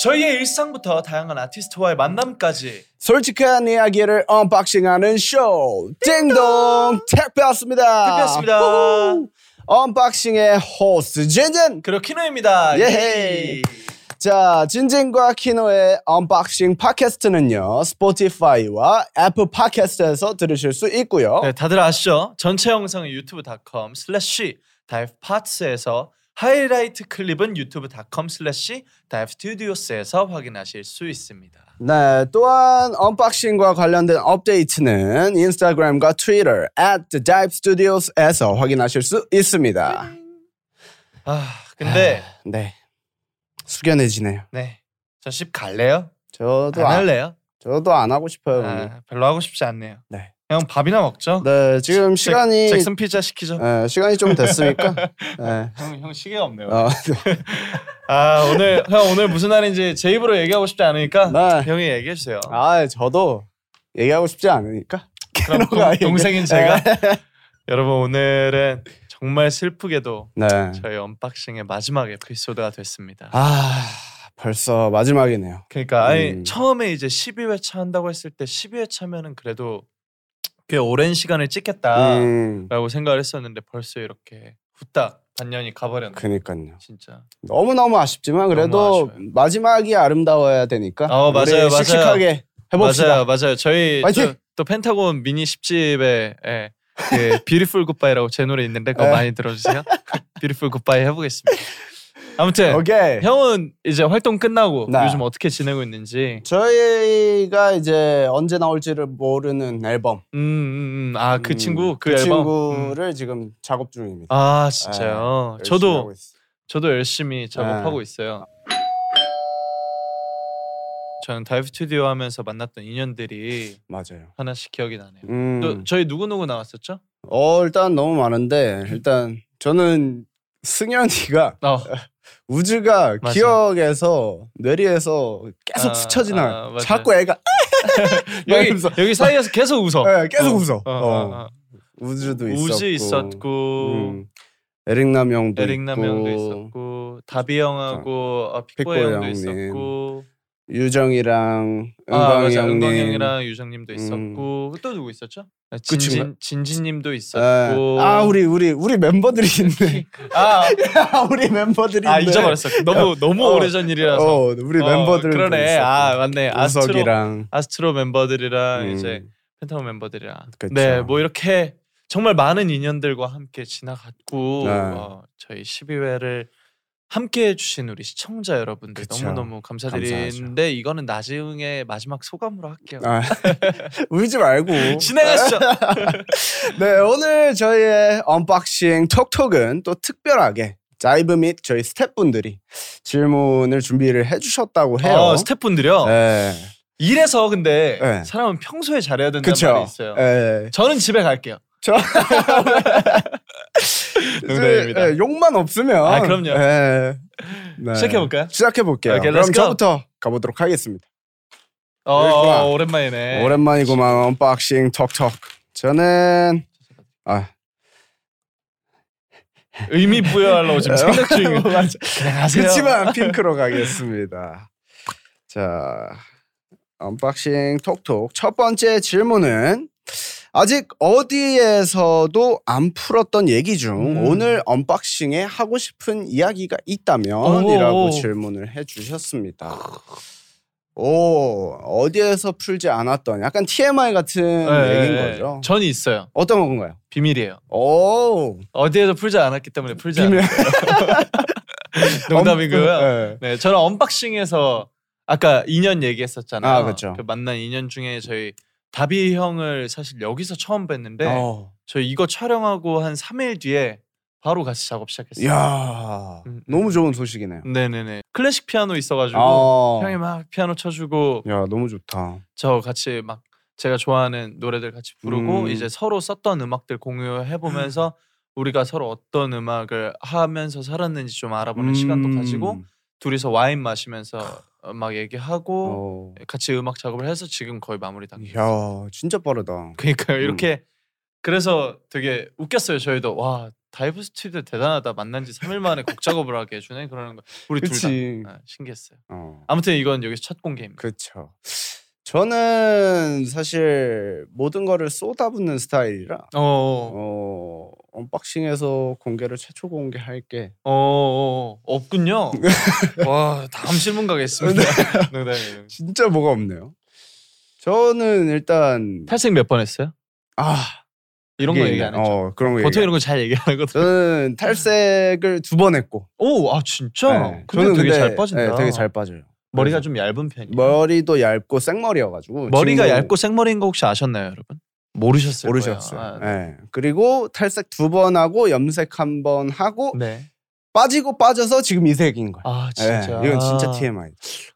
저희의 일상부터 다양한 아티스트와의 만남까지 솔직한 이야기를 언박싱하는 쇼. 띵동 택배 왔습니다. 택배 왔습니다. 우후. 언박싱의 호스트 진진. 그리고 키노입니다. 예헤이. 예이. 자, 진진과 키노의 언박싱 팟캐스트는요. 스포티파이와 애플 팟캐스트에서 들으실 수 있고요. 네, 다들 아시죠? 전체 영상은 유튜브.com 슬래시 다이브 파츠에서 하이라이트 클립은 유튜브.com 슬래시 다이브 스튜디오스에서 확인하실 수 있습니다. 네, 또한 언박싱과 관련된 업데이트는 인스타그램과 트위터 at the dive studios에서 확인하실 수 있습니다. 아 근데 네, 숙연해지네요. 네, 저 집 갈래요? 저도 안 안, 할래요? 저도 안 하고 싶어요. 오늘. 아, 별로 하고 싶지 않네요. 음. 네. 그냥 밥이나 먹죠. 네, 지금 잭- 시간이 잭슨 피자 시키죠. 예, 시간이 좀 됐으니까. 네. 형, 형 시계가 없네요. 어, 아 오늘 형 오늘 무슨 날인지 제 입으로 얘기하고 싶지 않으니까 네. 형이 얘기해 주세요. 아, 저도 얘기하고 싶지 않으니까. 그런 그럼 거 동, 아니에요? 네. 동생인 제가 여러분 오늘은 정말 슬프게도 네. 저희 언박싱의 마지막 에피소드가 됐습니다. 아, 벌써 마지막이네요. 그러니까 아니, 음. 처음에 이제 12회차 한다고 했을 때 12회차면은 그래도 꽤 오랜 시간을 찍겠다라고 음, 생각을 했었는데 벌써 이렇게 후딱 반년이 가버렸네. 그니까요. 진짜. 너무 너무 아쉽지만 너무 그래도 아쉬워요. 마지막이 아름다워야 되니까. 어, 우리 맞아요, 맞아요. 씩씩하게 해봅시다. 맞아요, 맞아요. 저희 파이팅! 저- 또 펜타곤 미니 10집에 예, 그 뷰티풀 굿바이라고 제 노래 있는데 그거 예. 많이 들어주세요. 뷰티풀 굿바이 해보겠습니다. 아무튼 오케이. 형은 이제 활동 끝나고 네. 요즘 어떻게 지내고 있는지. 저희가 이제 언제 나올지를 모르는 앨범. 음, 음, 음. 아그 음, 친구 그, 그 앨범. 음. 친구를 지금 작업 중입니다. 아 열심히 진짜요. 하고 저도 있어요. 아. 저도 열심히 작업하고 있어요. 저는 다이브 스튜디오 하면서 만났던 인연들이 맞아요. 하나씩 기억이 나네요. 음. 또 저희 누구 누구 나왔었죠? 어 일단 너무 많은데 일단 저는 승현이가 어. 우즈가 맞아요. 기억에서 뇌리에서 계속 아, 스쳐 지나. 아, 요 맞아요. 자꾸 애가 여기 웃어. 여기 사이에서 계속 웃어. 예, 계속 어, 웃어. 어. 어, 어, 어. 우즈도 있었고. 우즈 있었고 음. 에릭남 형도 에릭남 있고, 형도 있었고 다비 형하고 어, 픽보 픽보이 형도 형님. 있었고 유정이랑 아 은광이 맞아 형님. 음. 은광 형이랑 유정님도 있었고 또 누구 있었죠? 아, 그 친구가? 진진 진진님도 예. 있었고 아 우리 우리 우리 멤버들이 있네. 아, 아, 우리 멤버들이 아 있네. 잊어버렸어 너무 너무 어, 오래전 일이라서 어, 우리 어, 멤버들 그러네 아 맞네 아스트로 우석이랑 아스트로 멤버들이랑 음. 이제 펜타곤 멤버들이랑 그쵸. 네 뭐 이렇게 정말 많은 인연들과 함께 지나갔고 네. 어, 저희 12회를 함께 해주신 우리 시청자 여러분들 그쵸. 너무너무 감사드리는데 이거는 나중에 마지막 소감으로 할게요 아, 울지 말고. 진행하시죠 네, 오늘 저희의 언박싱 톡톡은 또 특별하게 자이브 및 저희 스태프분들이 질문을 준비를 해주셨다고 해요. 어, 스태프분들이요 네, 이래서 근데 네. 사람은 평소에 잘해야 된다는 그쵸. 말이 있어요 네. 저는 집에 갈게요 저 농담입니다. 네, 욕만 없으면. 아, 그럼요. 네. 네. 시작해볼까요? 시작해볼게요. 오케이, 그럼 let's go. 저부터 가보도록 하겠습니다. 어, 그렇구나. 어, 오랜만이네 오랜만이구만 언박싱 톡톡. 저는 아 의미 부여하려고 지금 생각 중이에요 맞아. 안녕하세요 그렇지만 핑크로 가겠습니다. 자, 언박싱 톡톡 첫 번째 질문은 아직 어디에서도 안 풀었던 얘기 중 음. 오늘 언박싱에 하고 싶은 이야기가 오. 있다면이라고 질문을 해주셨습니다. 오 어디에서 풀지 않았던 약간 TMI 같은 얘기인 네, 거죠. 전 있어요 어떤 건가요? 비밀이에요 오 어디에서 풀지 않았기 때문에 풀지 비밀. 않았어요. 농담이고요. 네. 네, 저는 언박싱에서 아까 인연 얘기했었잖아요. 아, 그쵸. 그 만난 인연 중에 저희 다비 형을 사실 여기서 처음 뵀는데 어. 저희 이거 촬영하고 한 3일 뒤에 바로 같이 작업 시작했어요. 야 음. 너무 좋은 소식이네요. 네네네. 클래식 피아노 있어가지고 아. 형이 막 피아노 쳐주고 야 너무 좋다. 저 같이 막 제가 좋아하는 노래들 같이 부르고 음. 이제 서로 썼던 음악들 공유해 보면서 우리가 서로 어떤 음악을 하면서 살았는지 좀 알아보는 시간도 가지고 음. 둘이서 와인 마시면서 막 얘기하고 어. 같이 음악 작업을 해서 지금 거의 마무리 단계예요. 야 진짜 빠르다. 그러니까요. 음. 이렇게 그래서 되게 웃겼어요. 저희도 와 다이브 스튜디오 대단하다. 만난 지 3일 만에 곡 작업을 하게 해주네. 그러는 거 우리 둘 그치. 다 아, 신기했어요. 어. 아무튼 이건 여기서 첫 공개입니다. 그렇죠. 저는 사실 모든 거를 쏟아붓는 스타일이라 어, 어, 언박싱에서 공개를 최초 공개할게. 어, 어, 없군요. 와 다음 질문 가겠습니다. 네. 농담이에요. 진짜 뭐가 없네요. 저는 일단 탈색 몇 번 했어요? 아 이런 거 그게 얘기 안 했죠. 어, 그런 거 얘기. 보통 이런 거 잘 얘기하거든. 저는 탈색을 두 번 했고. 오, 아 진짜? 네. 근데 되게 잘 빠진다. 네, 되게 잘 빠져요. 머리가 그래서- 좀 얇은 편이에요. 머리도 얇고 생머리여가지고 머리가 지금도 얇고 생머리인 거 혹시 아셨나요, 여러분? 모르셨을 모르셨어요. 거예요. 아, 네. 그리고 탈색 두 번 하고 염색 한 번 하고 네. 빠지고 빠져서 지금 이 색인 거예요. 아 진짜. 네, 이건 진짜 TMI.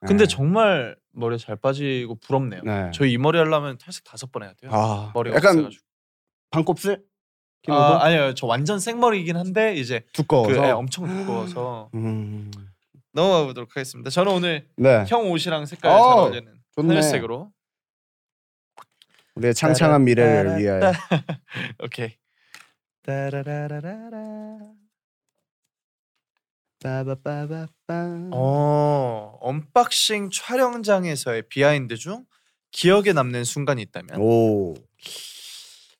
근데 정말 머리 잘 빠지고 부럽네요. 네. 저희 이 머리 하려면 탈색 다섯 번 해야 돼요. 아, 머리 약간 없어가지고. 반곱슬? 아, 아, 아니요, 저 완전 생머리이긴 한데 이제 그 두꺼워서. 애 엄청 두꺼워서 음. 넘어가 보도록 하겠습니다. 저는 오늘 네. 형 옷이랑 색깔 잘 어, 어울리는 좋네. 하늘색으로. 우리의 창창한 미래를 따라- 위하여. 따라- 오케이. 따라라라라라. 빠바바바밤. 어, 언박싱 촬영장에서의 비하인드 중 기억에 남는 순간이 있다면 오.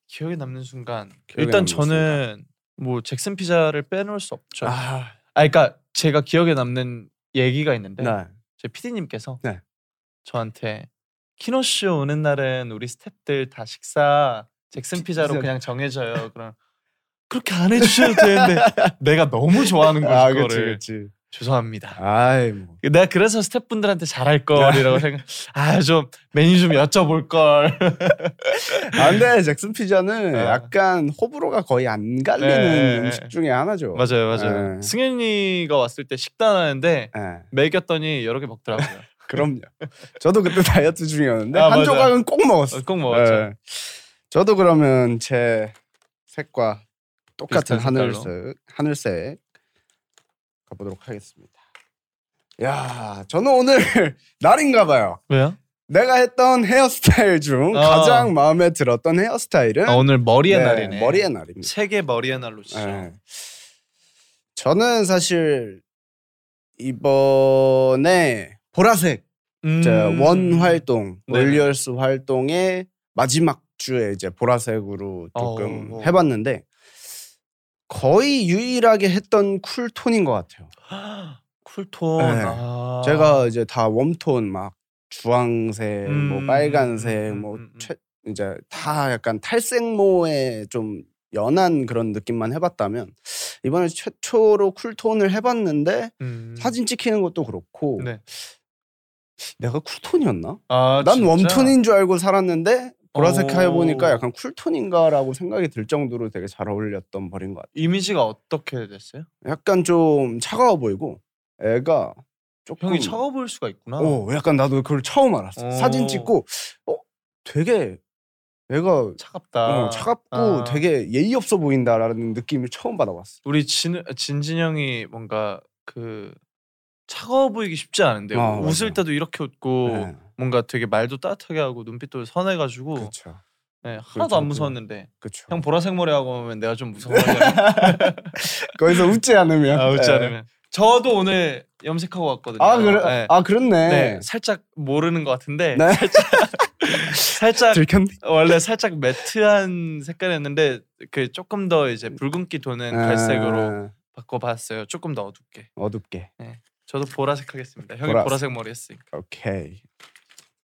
기억에 남는 순간 기억에 일단 남는 저는 뭐 잭슨 피자를 빼놓을 수 없죠. 아, 아. 그러니까 제가 기억에 남는 얘기가 있는데 네. 제 PD님께서 네. 저한테 키노 쇼 오는 날은 우리 스탭들 다 식사 잭슨 피- 피자로 피자. 그냥 정해져요. 그럼 그렇게 안 해주셔도 되는데 내가 너무 좋아하는 거죠. 아, 그치, 그거를 그치. 죄송합니다. 아이, 뭐. 내가 그래서 스태프분들한테 잘할 걸이라고 생각. 아 좀 메뉴 좀 여쭤볼 걸. 아, 근데 잭슨 피자는 네. 약간 호불호가 거의 안 갈리는 네, 네, 네. 음식 중에 하나죠. 맞아요, 맞아요. 네. 승현이가 왔을 때 식단하는데 네. 먹였더니 여러 개 먹더라고요. 그럼요. 저도 그때 다이어트 중이었는데 아, 한 맞아요. 조각은 꼭 어, 먹었어요. 꼭 먹었죠. 예. 저도 그러면 제 색과 똑같은 비슷한 색깔로. 하늘색 하늘색 가보도록 하겠습니다. 야, 저는 오늘 날인가 봐요. 왜요? 내가 했던 헤어스타일 중 어. 가장 마음에 들었던 헤어스타일은 아, 오늘 머리의 네, 날이네. 머리의 날입니다. 세계 머리의 날로 치죠. 예. 저는 사실 이번에 보라색 음. 자, 원 활동 네네. 월리얼스 활동의 마지막 주에 이제 보라색으로 조금 어, 어. 해봤는데 거의 유일하게 했던 쿨 톤인 것 같아요. 쿨톤. 네. 아. 제가 이제 다 웜톤 막 주황색, 뭐 음, 빨간색, 음, 뭐 음, 음. 최, 이제 다 약간 탈색모의 좀 연한 그런 느낌만 해봤다면 이번에 최초로 쿨톤을 해봤는데 음. 사진 찍히는 것도 그렇고 네. 내가 쿨톤이었나? 아, 난 진짜? 어. 웜톤인 줄 알고 살았는데 보라색 오. 해보니까 약간 쿨톤인가라고 생각이 들 정도로 되게 잘 어울렸던 머리인 것 같아요. 이미지가 어떻게 됐어요? 약간 좀 차가워 보이고 애가 조금 형이 차가워 보일 수가 있구나. 오, 약간 나도 그걸 처음 알았어. 오. 사진 찍고 어 되게 애가 차갑다. 어, 차갑고 아. 되게 예의 없어 보인다라는 느낌을 처음 받아봤어. 우리 진 진진 형이 뭔가 그 차가워 보이기 쉽지 않은데 아, 웃을 맞아요. 네. 때도 이렇게 웃고 뭔가 되게 말도 따뜻하게 하고 눈빛도 선해가지고 그렇죠, 네, 하나도 그렇죠, 안 그렇죠. 무서웠는데 그렇죠. 형 보라색 머리 하고 오면 내가 좀 무서워요. 거기서 웃지 않으면 아, 웃지 예. 않으면 저도 오늘 염색하고 왔거든요. 아 그래 네. 아 그렇네. 네, 살짝 모르는 것 같은데 네. 살짝 들켰네. 원래 살짝 매트한 색깔이었는데 그 조금 더 음. 이제 붉은기 도는 갈색으로 아, 바꿔봤어요. 조금 더 어둡게. 어둡게. 네. 저도 보라색 하겠습니다. 형이 보라색. 보라색, 머리 했으니까. 오케이.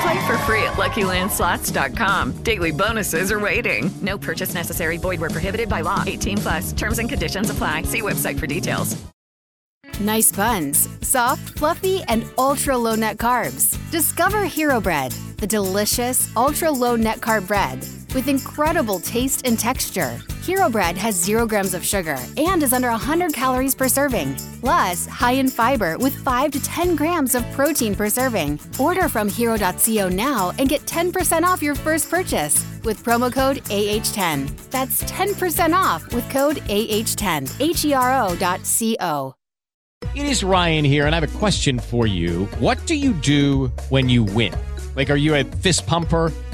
Play for free at LuckyLandSlots.com. Daily bonuses are waiting. No purchase necessary. Void where prohibited by law. 18 plus terms and conditions apply. See website for details. Nice buns, soft, fluffy, and ultra low net carbs. Discover Hero Bread, the delicious ultra low net carb bread with incredible taste and texture. Hero Bread has zero grams of sugar and is under 100 calories per serving, plus high in fiber with 5 to 10 grams of protein per serving. Order from hero.co now and get 10% off your first purchase with promo code AH10. That's 10% off with code AH10. H E R O dot C O. It is Ryan here, and I have a question for you. What do you do when you win? Like, are you a fist pumper?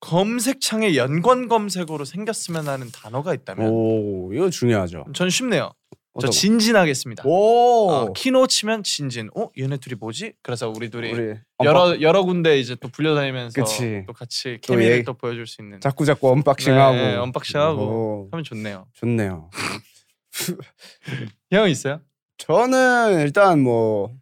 검색창에 연관 검색어로 생겼으면 하는 단어가 있다면 오 이거 중요하죠. 전 쉽네요. 저 어떤- 진진하겠습니다. 오 어, 키노 치면 진진. 어 얘네 둘이 뭐지? 그래서 우리 둘이 우리 여러 언박- 여러 군데 이제 또 불려다니면서 그치. 또 같이 또 케미를 또, 얘- 보여줄 수 있는 자꾸 자꾸 언박싱하고 네, 언박싱하고 오, 하면 좋네요. 좋네요. 형 있어요? 저는 일단 뭐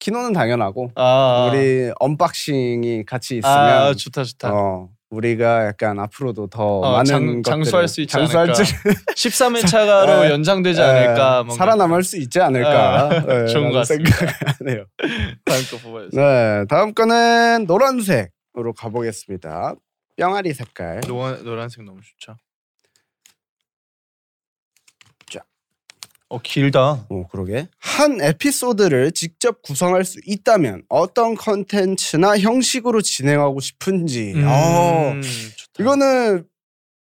키노는 당연하고 아 우리 언박싱이 같이 있으면 아 좋다 좋다. 어, 우리가 약간 앞으로도 더 어, 많은 장- 것들을 장수할 수 있지 장수할 않을까. 줄- 13회차로 에, 연장되지 에, 않을까. 뭔가 어. 예. 살아남을 수 있지 않을까 아, 네, 좋은 라는 것 생각하네요. 다음 거 뽑아주세요. 네 다음 거는 노란색으로 가보겠습니다. 뿅아리 색깔. 노란 노란색 너무 좋죠. 자, 어 길다. 오 그러게 한 에피소드를 직접 구성할 수 있다면 어떤 컨텐츠나 형식으로 진행하고 싶은지. 음. 어, 좋다. 이거는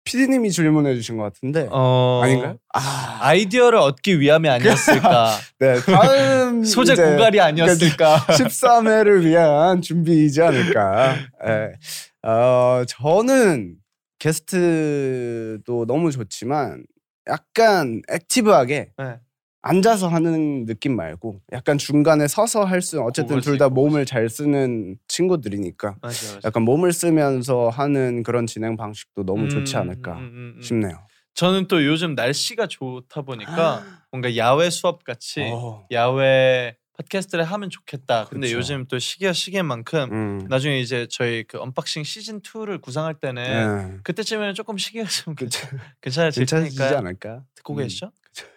피디님이 질문해 주신 것 같은데 어, 아닌가요? 아이디어를 얻기 위함이 아니었을까. 네 다음 소재 이제 고갈이 아니었을까. 13회를 위한 준비이지 않을까. 예. 어, 저는 게스트도 너무 좋지만 약간 액티브하게 네. 앉아서 하는 느낌 말고 약간 중간에 서서 할 수 어쨌든 고갈 수 둘 다 있고. 몸을 잘 쓰는 친구들이니까 맞아, 맞아. 약간 몸을 쓰면서 하는 그런 진행 방식도 너무 음, 좋지 않을까 음, 음, 음. 싶네요. 아. 저는 또 요즘 날씨가 좋다 보니까 뭔가 야외 수업 같이 어, 야외 팟캐스트를 하면 좋겠다. 근데 그렇죠. 요즘 또 시기가 시기만큼 음. 나중에 이제 저희 그 언박싱 시즌 2를 구상할 때는 예. 네. 그때쯤에는 조금 시기가 좀 그쵸. 괜찮아질 괜찮지 테니까 않을까? 듣고 음. 계시죠?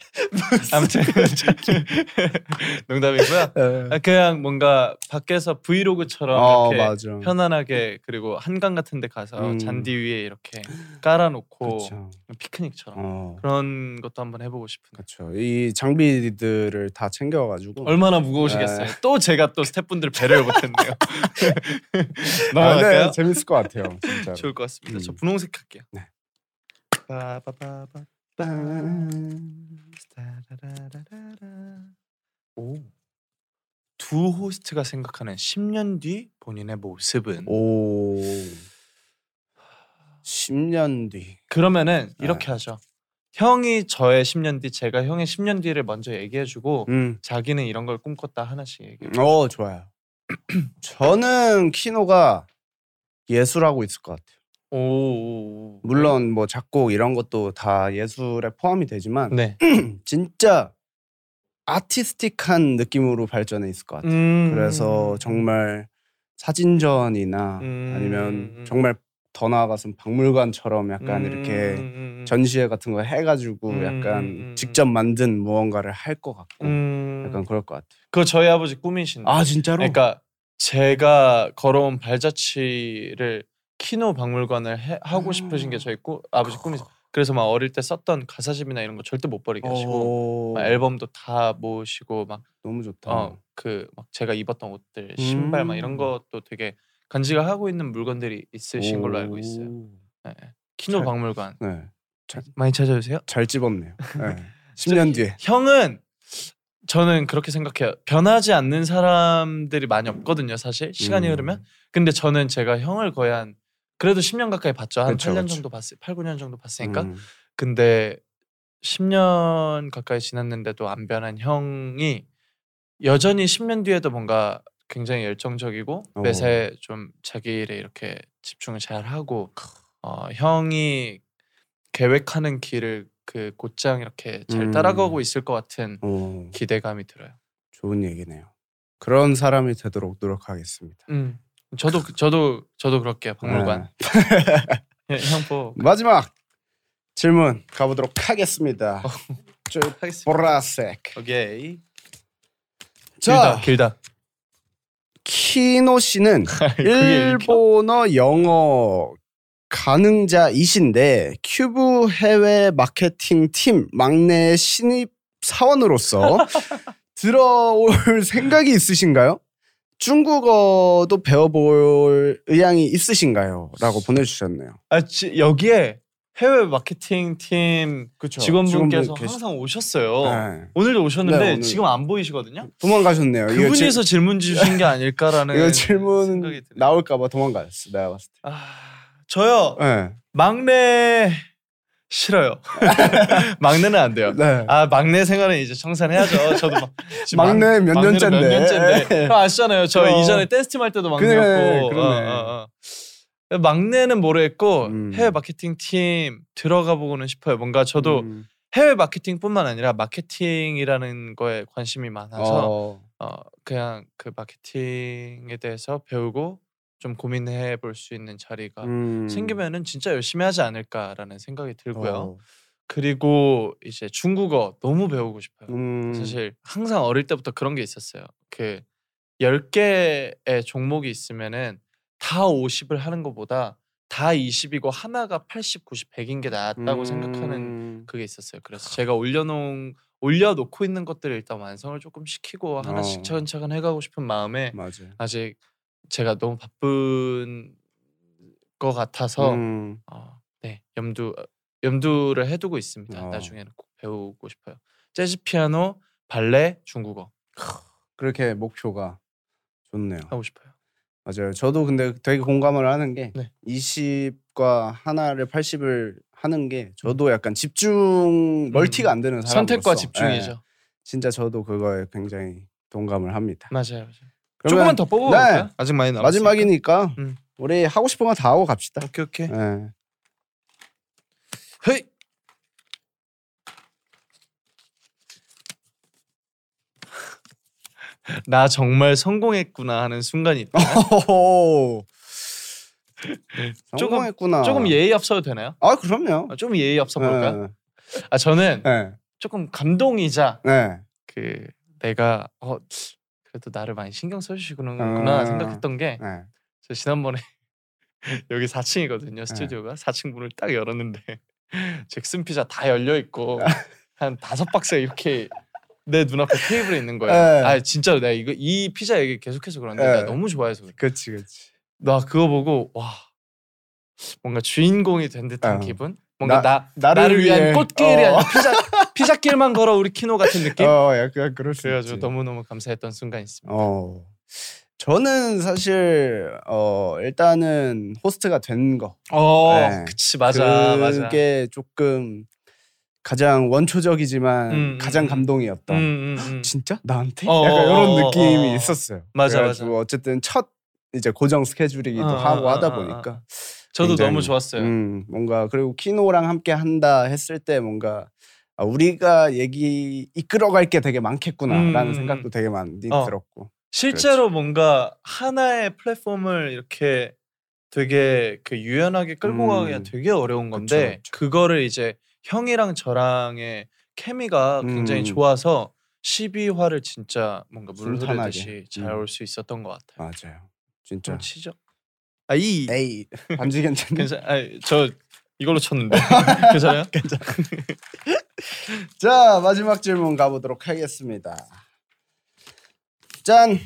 아무튼 그렇죠. 농담이고요. 예. 아, 그냥 뭔가 밖에서 브이로그처럼 어, 이렇게 맞아. 편안하게 그리고 한강 같은 데 가서 음. 잔디 위에 이렇게 깔아놓고 그렇죠. 피크닉처럼 어. 그런 것도 한번 해보고 싶은데 그렇죠. 이 장비들을 다 챙겨가지고. 얼마나 네. 무거우시겠어요. 또 제가 또 스태프분들 배려를 못했네요. 아, 넘어갈까요? 네, 재밌을 것 같아요. 진짜. 좋을 것 같습니다. 저 음. 분홍색 할게요. 네. 빠바바바. 음. 따라라라라라. 오. 두 호스트가 생각하는 10년 뒤 본인의 모습은 오. 10년 뒤. 그러면은 네. 이렇게 하죠. 형이 저의 10년 뒤, 제가 형의 10년 뒤를 먼저 얘기해주고 음. 자기는 이런 걸 꿈꿨다 하나씩 얘기해. 어 좋아요. 저는 키노가 예술하고 있을 것 같아요. 오, 오, 오. 물론 뭐 작곡 이런 것도 다 예술에 포함이 되지만 네. 진짜 아티스틱한 느낌으로 발전해 있을 것 같아요. 음. 그래서 정말 사진전이나 음. 아니면 정말 더 나아가서는 박물관처럼 약간 음, 이렇게 음, 전시회 같은 거 해가지고 음, 음, 음. 약간 직접 만든 무언가를 할 것 같고 음. 약간 그럴 것 같아요. 그거 저희 아버지 꿈이신데. 아 진짜로? 그러니까 제가 걸어온 발자취를 키노 박물관을 해- 하고 싶으신 음. 게 저희 꾸, 아버지 꿈이세요. 그래서 막 어릴 때 썼던 가사집이나 이런 거 절대 못 버리게 하시고 오, 막 앨범도 다 모으시고 어. 너무 좋다. 막 어 그 막 제가 입었던 옷들 신발 막 이런 음. 것도 되게 간지가 하고 있는 물건들이 있으신 걸로 알고 있어요. 오. 네. 키노 잘- 박물관 네, 많이 찾아주세요. 네. 잘 집었네요. 네. 10년 뒤에 형은 저는 그렇게 생각해요. 변하지 않는 사람들이 많이 없거든요, 사실. 시간이 음. 흐르면. 근데 저는 제가 형을 거의 한 그래도 10년 가까이 봤죠. 한 그렇죠, 그쵸, 8년 그쵸. 정도 봤어요. 8, 9년 정도 봤으니까. 음. 근데 10년 가까이 지났는데도 안 변한 형이 여전히 10년 뒤에도 뭔가 굉장히 열정적이고 어. 매사에 좀 자기 일에 이렇게 집중을 잘 하고 어, 형이 계획하는 길을 그 곧장 이렇게 잘 음. 따라가고 있을 것 같은 오, 기대감이 들어요. 좋은 얘기네요. 그런 사람이 되도록 노력하겠습니다. 음. 저도 그- 저도 저도 그럴게요. 박물관. 네. 예, 형포 마지막 질문 가보도록 하겠습니다. 저 하겠습니다. 보라색. 어. 오케이. 자, 길다 길다. 키노 씨는 그게 이렇게- 일본어 영어 가능자이신데 큐브 해외 마케팅 팀 막내 신입 사원으로서 들어올 생각이 있으신가요? 중국어도 배워볼 의향이 있으신가요? 라고 보내주셨네요. 아, 지, 여기에 해외 마케팅 팀 그쵸. 직원분께서 직원분 계시- 항상 오셨어요. 네. 오늘도 오셨는데 네, 오늘. 지금 안 보이시거든요. 도망가셨네요. 이거 질- 그분이서 질문 주신 게 아닐까라는 이거 질문 생각이 드네요. 나올까봐 도망갔어. 내가 봤을 때. 아, 저요 네. 막내 싫어요. 막내는 안 돼요. 네. 아 막내 생활은 이제 청산해야죠. 저도 막, 지금 막내 막- 몇 막내는 년째인데. 예. 네. 몇 년째인데. 형 아시잖아요. 저 그럼. 이전에 댄스 팀 할 때도 그래, 막내였고. 그러네. 어, 어. 막내는 모르겠고 음. 해외 마케팅 팀 들어가 보고는 싶어요. 뭔가 저도 음. 해외 마케팅뿐만 아니라 마케팅이라는 거에 관심이 많아서 어. 어. 그냥 그 마케팅에 대해서 배우고 좀 고민해 볼 수 있는 자리가 음. 생기면은 진짜 열심히 하지 않을까라는 생각이 들고요. 어. 그리고 이제 중국어 너무 배우고 싶어요. 음. 사실 항상 어릴 때부터 그런 게 있었어요. 그 10개의 종목이 있으면은 다 50을 하는 것보다 다 20이고 하나가 80, 90, 100인 게 낫다고 생각하는 음. 그게 있었어요. 그래서 제가 올려놓은 올려놓고 있는 것들을 일단 완성을 조금 시키고 하나씩 어. 차근차근 해가고 싶은 마음에 맞아요. 아직 제가 너무 바쁜 것 같아서 음. 어, 네 염두 염두를 해두고 있습니다. 어. 나중에는 꼭 배우고 싶어요. 재즈 피아노, 발레, 중국어 그렇게 목표가 좋네요. 하고 싶어요. 맞아요. 저도 근데 되게 공감을 하는 게 네. 20과 하나를 80을 하는 게 저도 약간 집중 멀티가 안 되는 예. 사람 음. 선택과 집중이죠. 진짜 저도 그거에 굉장히 동감을 합니다. 맞아요. 맞아요. 그러면 조금만 더 뽑아볼까요? 네. 아직 많이 남았 마지막이니까 음. 우리 하고 싶은 거 다 하고 갑시다. 오케이 오케이. 네. 헤이. 나 정말 성공했구나 하는 순간이 있다. 호호호. 네, 조금- 성공했구나. 조금 예의 없어도 되나요? 아 그럼요. 아, 좀 예의 없어 볼까요? 네. 아 저는 네. 조금 감동이자 네. 그 내가 어 그래도 나를 많이 신경 써주시구나 아. 생각했던 게 저 네. 지난번에 여기 4층이거든요 스튜디오가 4층 문을 딱 열었는데 잭슨 피자 다 열려 있고 아. 한 다섯 박스가 이렇게 내 눈앞에 테이블에 있는 거예요. 네. 아 진짜로 내가 이거 이 피자 얘기 계속해서 그런데 네. 내가 너무 좋아해서 그래. 그렇지 그렇지. 나 그거 보고 와 뭔가 주인공이 된 듯한 어. 기분 뭔가 나, 나를 나를, 위한 위해. 꽃길이 어. 아니라 피자 피자길만 걸어 우리 키노 같은 느낌. 어 약간 그럴 수 그래가지고 있지. 너무 너무 감사했던 순간 있습니다. 어. 저는 사실 어 일단은 호스트가 된 거. 어, 네. 그치 맞아 맞아. 그게 조금 가장 원초적이지만 음, 가장 음, 감동이었던. 음, 음, 음. 진짜 나한테? 어, 약간 어, 이런 어, 어, 느낌이 어. 있었어요. 맞아, 그래가지고 어쨌든 첫 이제 고정 스케줄이기도 어, 어, 하고 어, 하다 어, 어, 보니까 저도 굉장히, 너무 좋았어요. 음, 뭔가 그리고 키노랑 함께 한다 했을 때 뭔가 아, 우리가 얘기 이끌어갈 게 되게 많겠구나라는 음, 음, 생각도 음. 되게 많이 어. 들었고. 그렇죠. 실제로 뭔가 하나의 플랫폼을 이렇게 되게 그 유연하게 끌고 음. 가기가 되게 어려운 건데 그쵸, 그쵸. 그거를 이제 형이랑 저랑의 케미가 굉장히 음. 좋아서 12화를 진짜 뭔가 물 순탄하게. 흐르듯이 잘 음. 올 수 있었던 것 같아요. 맞아요. 좀 진짜. 치죠. 아이 에이 반지 괜찮네. 괜찮. 아저 이걸로 쳤는데 괜찮아요? 자 마지막 질문 가보도록 하겠습니다. 짠.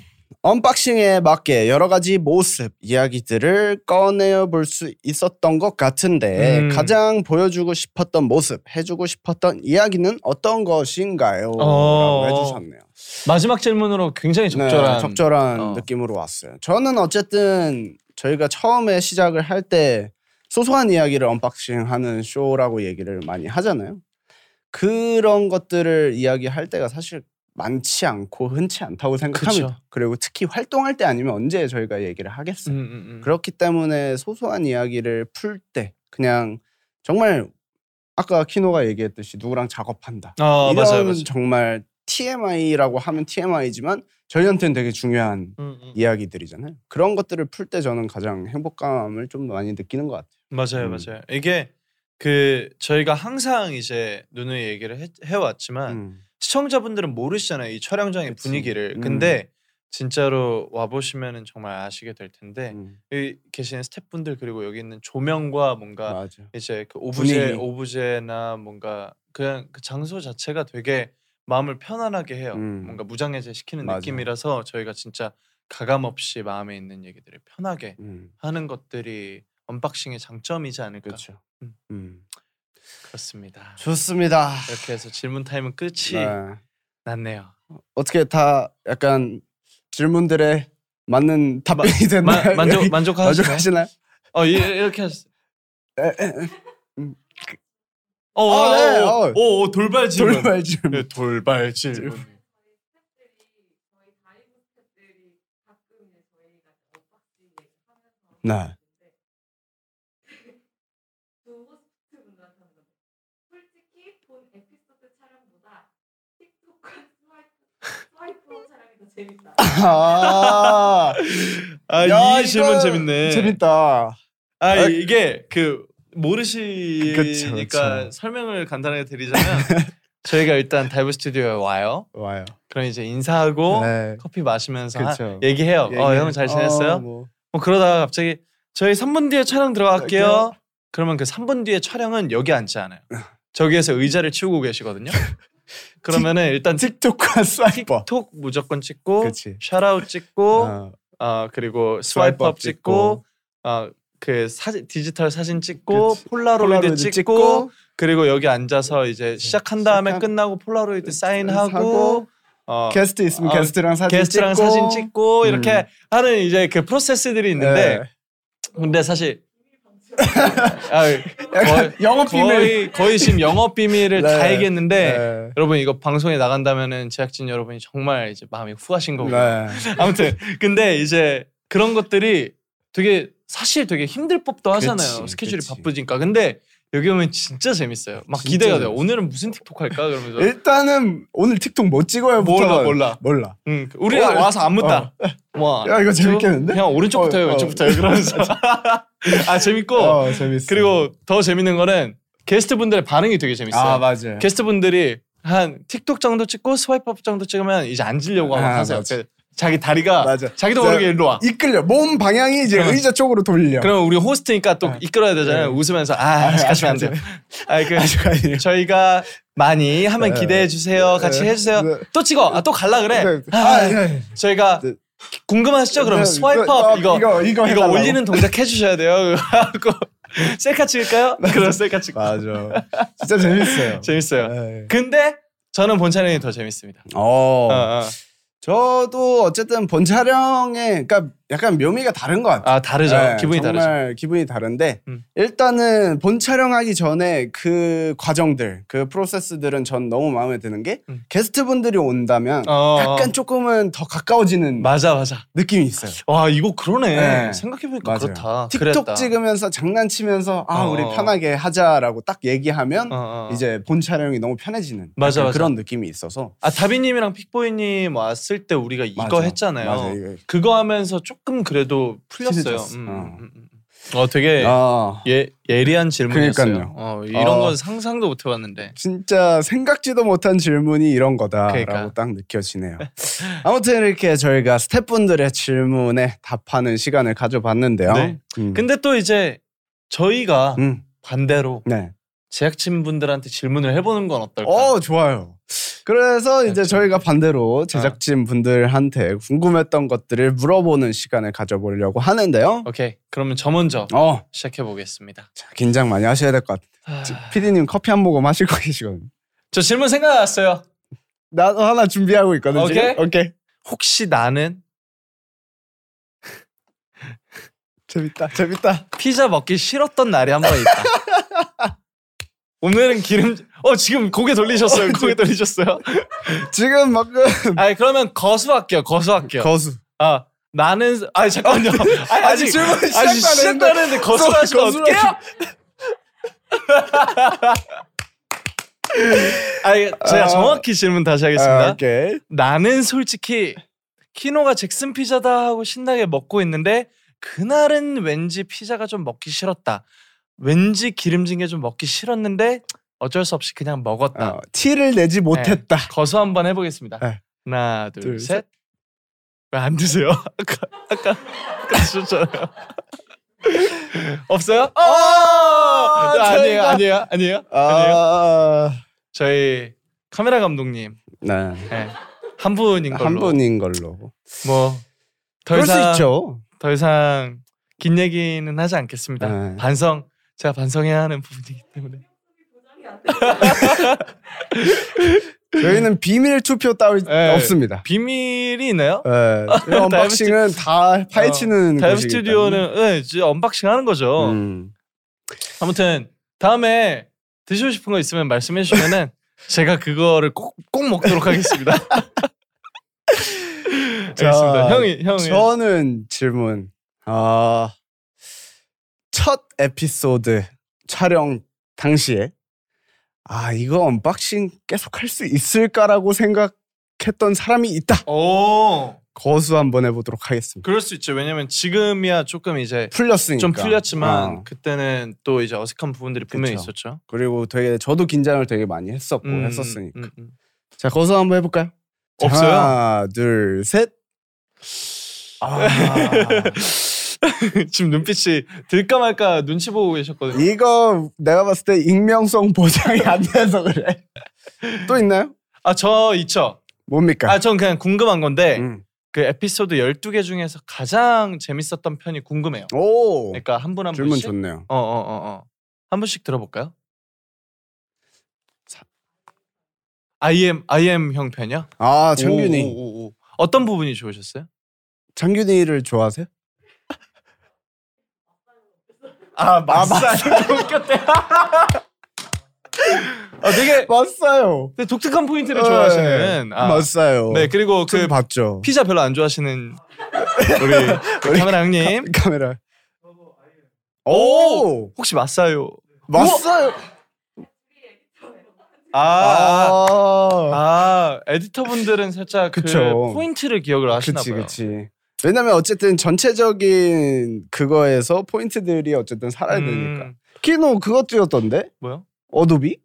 언박싱에 맞게 여러 가지 모습, 이야기들을 꺼내어 볼 수 있었던 것 같은데 음. 가장 보여주고 싶었던 모습, 해주고 싶었던 이야기는 어떤 것인가요? 어. 라고 해주셨네요. 마지막 질문으로 굉장히 적절한 네, 적절한 어. 느낌으로 왔어요. 저는 어쨌든 저희가 처음에 시작을 할 때 소소한 이야기를 언박싱하는 쇼라고 얘기를 많이 하잖아요. 그런 것들을 이야기할 때가 사실 많지 않고 흔치 않다고 생각합니다. 그쵸. 그리고 특히 활동할 때 아니면 언제 저희가 얘기를 하겠어요. 음, 음, 음. 그렇기 때문에 소소한 이야기를 풀 때 그냥 정말 아까 키노가 얘기했듯이 누구랑 작업한다. 아, 이런 맞아요. 맞아요. 정말 TMI라고 하면 TMI지만 저희한테는 되게 중요한 음, 음. 이야기들이잖아요. 그런 것들을 풀 때 저는 가장 행복감을 좀 많이 느끼는 것 같아요. 맞아요, 음. 맞아요. 이게 그 저희가 항상 이제 누누이 얘기를 해, 왔지만 음. 시청자분들은 모르시잖아요 이 촬영장의 그치. 분위기를. 음. 근데 진짜로 와 보시면은 정말 아시게 될 텐데 음, 여기 계시는 스태프분들 그리고 여기 있는 조명과 뭔가 맞아. 이제 그 오브제 분위기. 오브제나 뭔가 그냥 그 장소 자체가 되게 마음을 편안하게 해요. 음. 뭔가 무장해제 시키는 맞아요. 느낌이라서 저희가 진짜 가감 없이 마음에 있는 얘기들을 편하게 음, 하는 것들이 언박싱의 장점이지 않을까 그렇죠. 음. 음. 그렇습니다. 좋습니다. 이렇게 해서 질문 타임은 끝이 네. 났네요. 어떻게 다 약간 질문들에 맞는 답변이 마, 됐나요? 만족 네. 만족하시나요? 만족하시나요? 어 이- 이렇게 하시. 에, 어, 아, 네, 오, 어. 오, 오, 돌발 질문. 돌발 질문. 네, 돌발 질문. 네. 아, 아, 야, 이 질문 이거 재밌네. 재밌다. 아 아, 이게 그 그쵸, 모르시니까 그쵸. 설명을 간단하게 드리자면 저희가 일단 다이브 스튜디오에 와요. 와요. 그럼 이제 인사하고 네. 커피 마시면서 하- 그쵸. 얘기해요. 어, 얘기해. 형 잘 지냈어요? 어, 뭐. 뭐. 그러다가 갑자기 저희 3분 뒤에 촬영 들어갈게요. 갈게요. 그러면 그 3분 뒤에 촬영은 여기 앉지 않아요. 저기에서 의자를 치우고 계시거든요. 그러면은 일단 틱톡과 스와이퍼. 틱톡 무조건 찍고 그치. 샤라웃 찍고 어, 아 그리고 스와이프업 찍고 아그 사진 디지털 사진 찍고 그치. 폴라로이드 폴라로이드 찍고, 찍고, 그리고 여기 앉아서 이제 시작한 다음에 시작한- 끝나고 폴라로이드 사인하고 사고, 어, 게스트 있으면 어, 게스트랑 사진 게스트랑 찍고. 사진 찍고 이렇게 하는 이제 그 프로세스들이 있는데 네. 근데 사실 아, 거의, 영업 비밀. 거의 거의 지금 영업 네. 비밀을 다 얘기했는데 네. 여러분 이거 방송에 나간다면은 제작진 여러분이 정말 이제 마음이 후하신 거고 네. 아무튼 근데 이제 그런 것들이 되게 사실 되게 힘들 법도 하잖아요. 그치, 스케줄이 그치. 바쁘니까. 근데 여기 오면 진짜 재밌어요. 막 진짜 기대가 돼요. 재밌어. 오늘은 무슨 틱톡 할까? 그러면서 일단은 오늘 틱톡 못 찍어요. 몰라, 몰라. 몰라. 응, 그 우리 와, 와, 와서 안 묻다. 와, 어, 야, 이거 재밌겠는데? 그냥 오른쪽부터 해요, 어, 어. 왼쪽부터 해요. 그러면서 아 재밌고 어, 재밌어. 그리고 더 재밌는 거는 게스트 분들의 반응이 되게 재밌어요. 아 맞아요. 게스트 분들이 한 틱톡 정도 찍고 스와이프업 정도 찍으면 이제 앉으려고 아마 아, 하세요. 맞아. 그 자기 다리가 맞아. 자기도 모르게 자, 일로 와. 이끌려. 몸 방향이 이제 그럼- 의자 쪽으로 돌려. 그럼 우리 호스트니까 또 이끌어야 되잖아요. 웃으면서 아 아직 가시면 안 돼요. 아, 그, 네. 아니에요. 저희가 많이 하면 네. 기대해 주세요. 같이 네. 해주세요. 네. 또 찍어. 아, 또 갈라 그래. 네. 아, 아, 네. 저희가 네. 궁금하시죠? 그러면 네. 스와이프업 어, 이거 이거, 이거, 이거 해달라고. 올리는 동작 해주셔야 돼요. 하고 셀카 찍을까요? 그럼 셀카 찍고 네. 맞아. 진짜 재밌어요. 재밌어요. 네. 근데 저는 본 촬영이 더 재밌습니다. 어. 어, 어. 저도 어쨌든 본 촬영에 그러니까 약간 묘미가 다른 것 같아요. 아 다르죠. 네, 기분이 정말 다르죠. 기분이 다른데 음. 일단은 본 촬영하기 전에 그 과정들, 그 프로세스들은 전 너무 마음에 드는 게 음. 게스트분들이 온다면 어, 약간 조금은 더 가까워지는 맞아 맞아. 느낌이 있어요. 와 이거 그러네. 네. 생각해보니까 맞아요. 그렇다. 틱톡 그랬다. 찍으면서 장난치면서 아 어. 우리 편하게 하자라고 딱 얘기하면 어, 어. 이제 본 촬영이 너무 편해지는 맞아, 약간 맞아. 그런 느낌이 있어서 아 다비님이랑 픽보이님 왔을 때 우리가 이거 맞아. 했잖아요. 맞아, 이거. 그거 하면서 조금 그래도 풀렸어요. 친해졌어. 음, 어. 음, 음. 어 되게 아 예 예리한 질문이었어요. 그러니까요. 음. 어, 이런 어. 건 상상도 못 해봤는데. 진짜 생각지도 못한 질문이 이런 거다라고 그러니까. 딱 느껴지네요. 아무튼 이렇게 저희가 스태프분들의 질문에 답하는 시간을 가져봤는데요. 네. 음. 근데 또 이제 저희가 음. 반대로 네. 제작진 분들한테 질문을 해보는 건 어떨까? 어 좋아요. 그래서 네, 이제 저희가 반대로 아. 제작진 분들한테 궁금했던 것들을 물어보는 시간을 가져보려고 하는데요. 오케이. 그러면 저 먼저 어, 시작해 보겠습니다. 자, 긴장 많이 하셔야 될 것 같아요. 피디님 커피 한 모금 하실 거 계시거든요. 저 질문 생각났어요. 나도 하나 준비하고 있거든 오케이. 지금. 오케이. 혹시 나는 재밌다. 재밌다. 피자 먹기 싫었던 날이 한 번 있다. 오늘은 기름 어 지금 고개 돌리셨어요. 고개 돌리셨어요. 지금 방금 아 그러면 거수할게요. 거수할게요. 거수. 아 나는 아 잠깐만요. 아니, 아직 아직 질문 시작도 아직 안 시작도 했는데 안 했는데 거수하시면 거수를 어떡해요? 아니 제가 아. 정확히 질문 다시 하겠습니다. 아, 오케이. 나는 솔직히 키노가 잭슨 피자다 하고 신나게 먹고 있는데 그날은 왠지 피자가 좀 먹기 싫었다. 왠지 기름진 게 좀 먹기 싫었는데 어쩔 수 없이 그냥 먹었다. 네, 어, 티를 내지 못했다. 거수 한번 해보겠습니다. 네. 하나 둘, 둘 셋. 왜 안 드세요? 아까 아까 아까 주셨잖아요. 없어요? 어! 아, 니에요 저희가- 아니에요 아니에요 아니에요. 아, 저희 카메라 감독님 네. 네. 한 분인 걸로 한 분인 걸로. 뭐더 그럴 수 이상 있죠. 더 이상 긴 얘기는 하지 않겠습니다. 네. 반성 제가 반성해야 하는 부분이기 때문에 저희는 비밀 투표 따위 네. 없습니다. 비밀이 있나요? 어, 예, 이 언박싱은 다 파헤치는 다이브 것이기 스튜디오는 어, 네, 이제 언박싱 하는 거죠. 때문에. 음. 아무튼 다음에 드시고 싶은 거 있으면 말씀해 주시면은 제가 그거를 꼭 꼭 먹도록 하겠습니다. 알겠습니다. 형이 형이 저는 질문. 아, 첫 에피소드 촬영 당시에 아 이거 언박싱 계속 할 수 있을까라고 생각했던 사람이 있다. 오 거수 한번 해보도록 하겠습니다. 그럴 수 있죠. 왜냐면 지금이야 조금 이제 풀렸으니까. 좀 풀렸지만 어. 그때는 또 이제 어색한 부분들이 분명히 그쵸. 있었죠. 그리고 되게 저도 긴장을 되게 많이 뭐 했었고 음, 했었으니까. 음, 음. 자 거수 한번 해볼까요? 자, 없어요? 하나 둘 셋. 아, 음. 지금 눈빛이 들까 말까 눈치 보고 예. 계셨거든요. 이거 내가 봤을 때 익명성 보장이 안 돼서 그래. 또 있나요? 아 저 있죠. 뭡니까? 아 전 그냥 궁금한 건데 음. 그 에피소드 12개 중에서 가장 재밌었던 편이 궁금해요. 오 그러니까 한 분 한 어. 질문 분씩 좋네요. 어, 어, 어, 어. 한 분씩 들어볼까요? 자. IM IM 형 편이요? 아 오, 장균이 오, 오, 오. 어떤 부분이 좋으셨어요? 장균이를 좋아하세요? 아, 맞살 웃겼대. 아, 되게 맞아요. 되게 독특한 포인트를 좋아하시는. 아. 네. 맞아요. 네, 그리고 그 그 봤죠. 피자 별로 안 좋아하시는 우리, 그 카메라 형님. 카메라. 오 혹시 맞사요? 맞아요. 아, 아, 아, 에디터분들은 살짝 그 그쵸. 포인트를 기억을 하시나 그치 봐요. 그치. 왜냐면 어쨌든 전체적인 그거에서 포인트들이 어쨌든 살아야 되니까. 음, 키노 그거 뛰었던데? 뭐야? 어도비?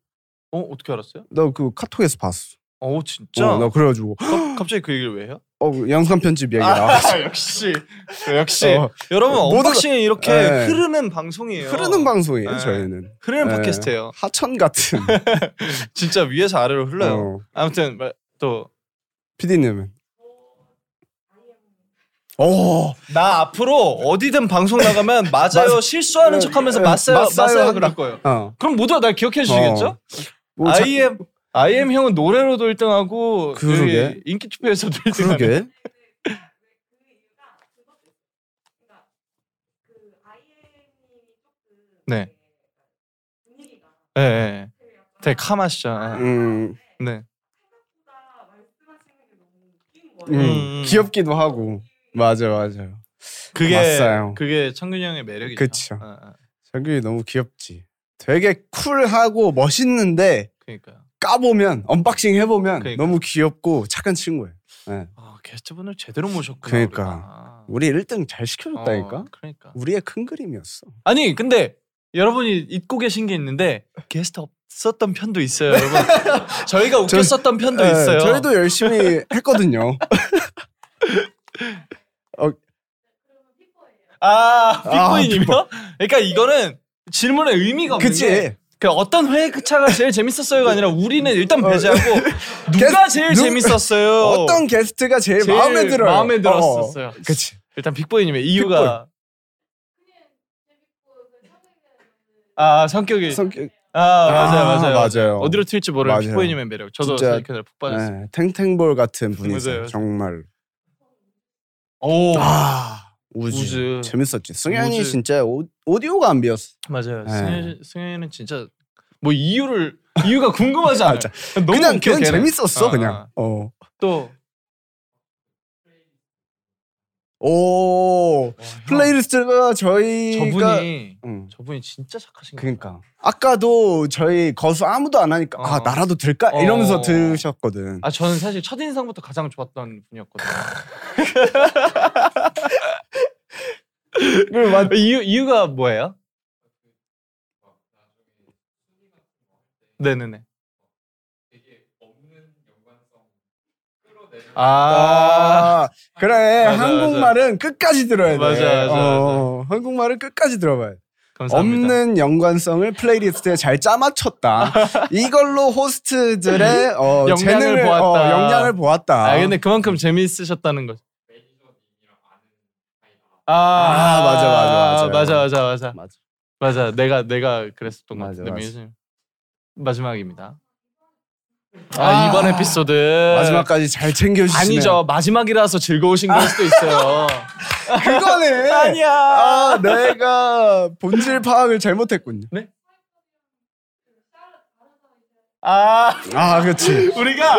어, 어떻게 알았어요? 너 그 카톡에서 봤어. 어, 진짜? 어, 나 그래가지고 갑- 갑자기 그 얘기를 왜 해요? 어, 그 영상 편집 얘기 아, 나왔어. 역시 역시 아, 어. 여러분 모두가- 언박싱이 이렇게 네. 흐르는 방송이에요. 흐르는 방송이에요 네. 저희는. 흐르는 네. 팟캐스트예요. 하천 같은. 진짜 위에서 아래로 어. 흘러요. 아무튼 마- 또 나 피디님은? 오, 앞으로 어디든 방송 나가면 맞아요 실수하는 척하면서 에, 맞아요 네. 맞아요 맞아요 한다. 그럴 거예요. 어. 그럼 모두가 날 기억해 주시겠죠? 어. 뭐 자- IM IM 형은 노래로도 1등하고 그러게. 인기 투표에서도 1등하고 그러게. 네. 예. 네, 되게 카마시죠. 예. 음, 네. 음, 음. 귀엽기도 하고. 맞아, 맞아요. 그게 맞아요. 그게 창균이 형의 매력이죠. 그쵸. 어, 어, 자기 너무 귀엽지. 되게 쿨하고 멋있는데 그러니까요. 까보면 언박싱 해보면 그러니까. 너무 귀엽고 착한 친구예요. 네. 아, 게스트분을 제대로 모셨구나. 그러니까. 우리가. 우리 1등 잘 시켜줬다니까. 어, 그러니까. 우리의 큰 그림이었어. 아니 근데 여러분이 잊고 계신 게 있는데 게스트 없었던 편도 있어요, 여러분. 저희가 웃겼었던 편도 네, 있어요. 저희도 열심히 했거든요. 아 빅보이님이요? 빅보이. 아, 아, 그러니까 이거는 질문의 의미가 없는 그치. 게 그 어떤 회차가 제일 재밌었어요가 아니라 우리는 일단 배제하고 누가 게스- 제일 누- 재밌었어요. 어떤 게스트가 제일, 제일 마음에 들어요? 마음에 들었었어요. 어, 그치. 일단 빅보이님의 이유가 아 성격이 성격, 아 맞아요 아, 맞아요 맞아요. 어디로 튈지 모르는 맞아요. 빅보이님의 매력 저도 진짜- 선입견을 폭 빠졌어요. 네, 탱탱볼 같은 분이세요. 맞아요. 정말. 오 아 우즈. 우즈. 재밌었지. 승현이 우즈. 진짜 오, 오디오가 안 비었어. 맞아요. 네. 승현 승현이는 진짜 뭐 이유를 이유가 궁금하지 않아요. 맞아. 너무 그냥 웃겨, 그냥 걔는. 재밌었어 아, 그냥. 아. 어. 또 오 와, 형, 플레이리스트가 저희가 저분이 음. 응. 저분이 진짜 착하신 거 그러니까 아까도 저희 거수 아무도 안 하니까 아 어. 나라도 들까 어. 이러면서 들으셨거든. 아 저는 사실 첫 인상부터 가장 좋았던 분이었거든요. 그럼 맞- 이유 이유가 뭐예요? 네네네. 아, 아, 그래 맞아, 한국말은 끝까지 들어야 돼. 맞아, 맞아, 어, 한국말은 끝까지 들어봐야 돼. 감사합니다. 없는 연관성을 플레이리스트에 잘 짜맞췄다. 이걸로 호스트들의 어, 역량을 재능을 보았다. 어, 역량을 보았다. 아 근데 그만큼 재미있으셨다는 거죠. 아, 아, 맞아, 맞아, 맞아. 맞아 맞아 맞아 맞아. 맞아 내가 내가 그랬었던 것 맞아, 같은데 맞아. 민수 마지막입니다. 아, 이번 에피소드 마지막까지 잘 챙겨주시네. 아니죠 마지막이라서 즐거우신 걸 수도 있어요. 그거네. 아니야. 아, 내가 본질 파악을 잘못했군요. 아 아, 그렇지. 우리가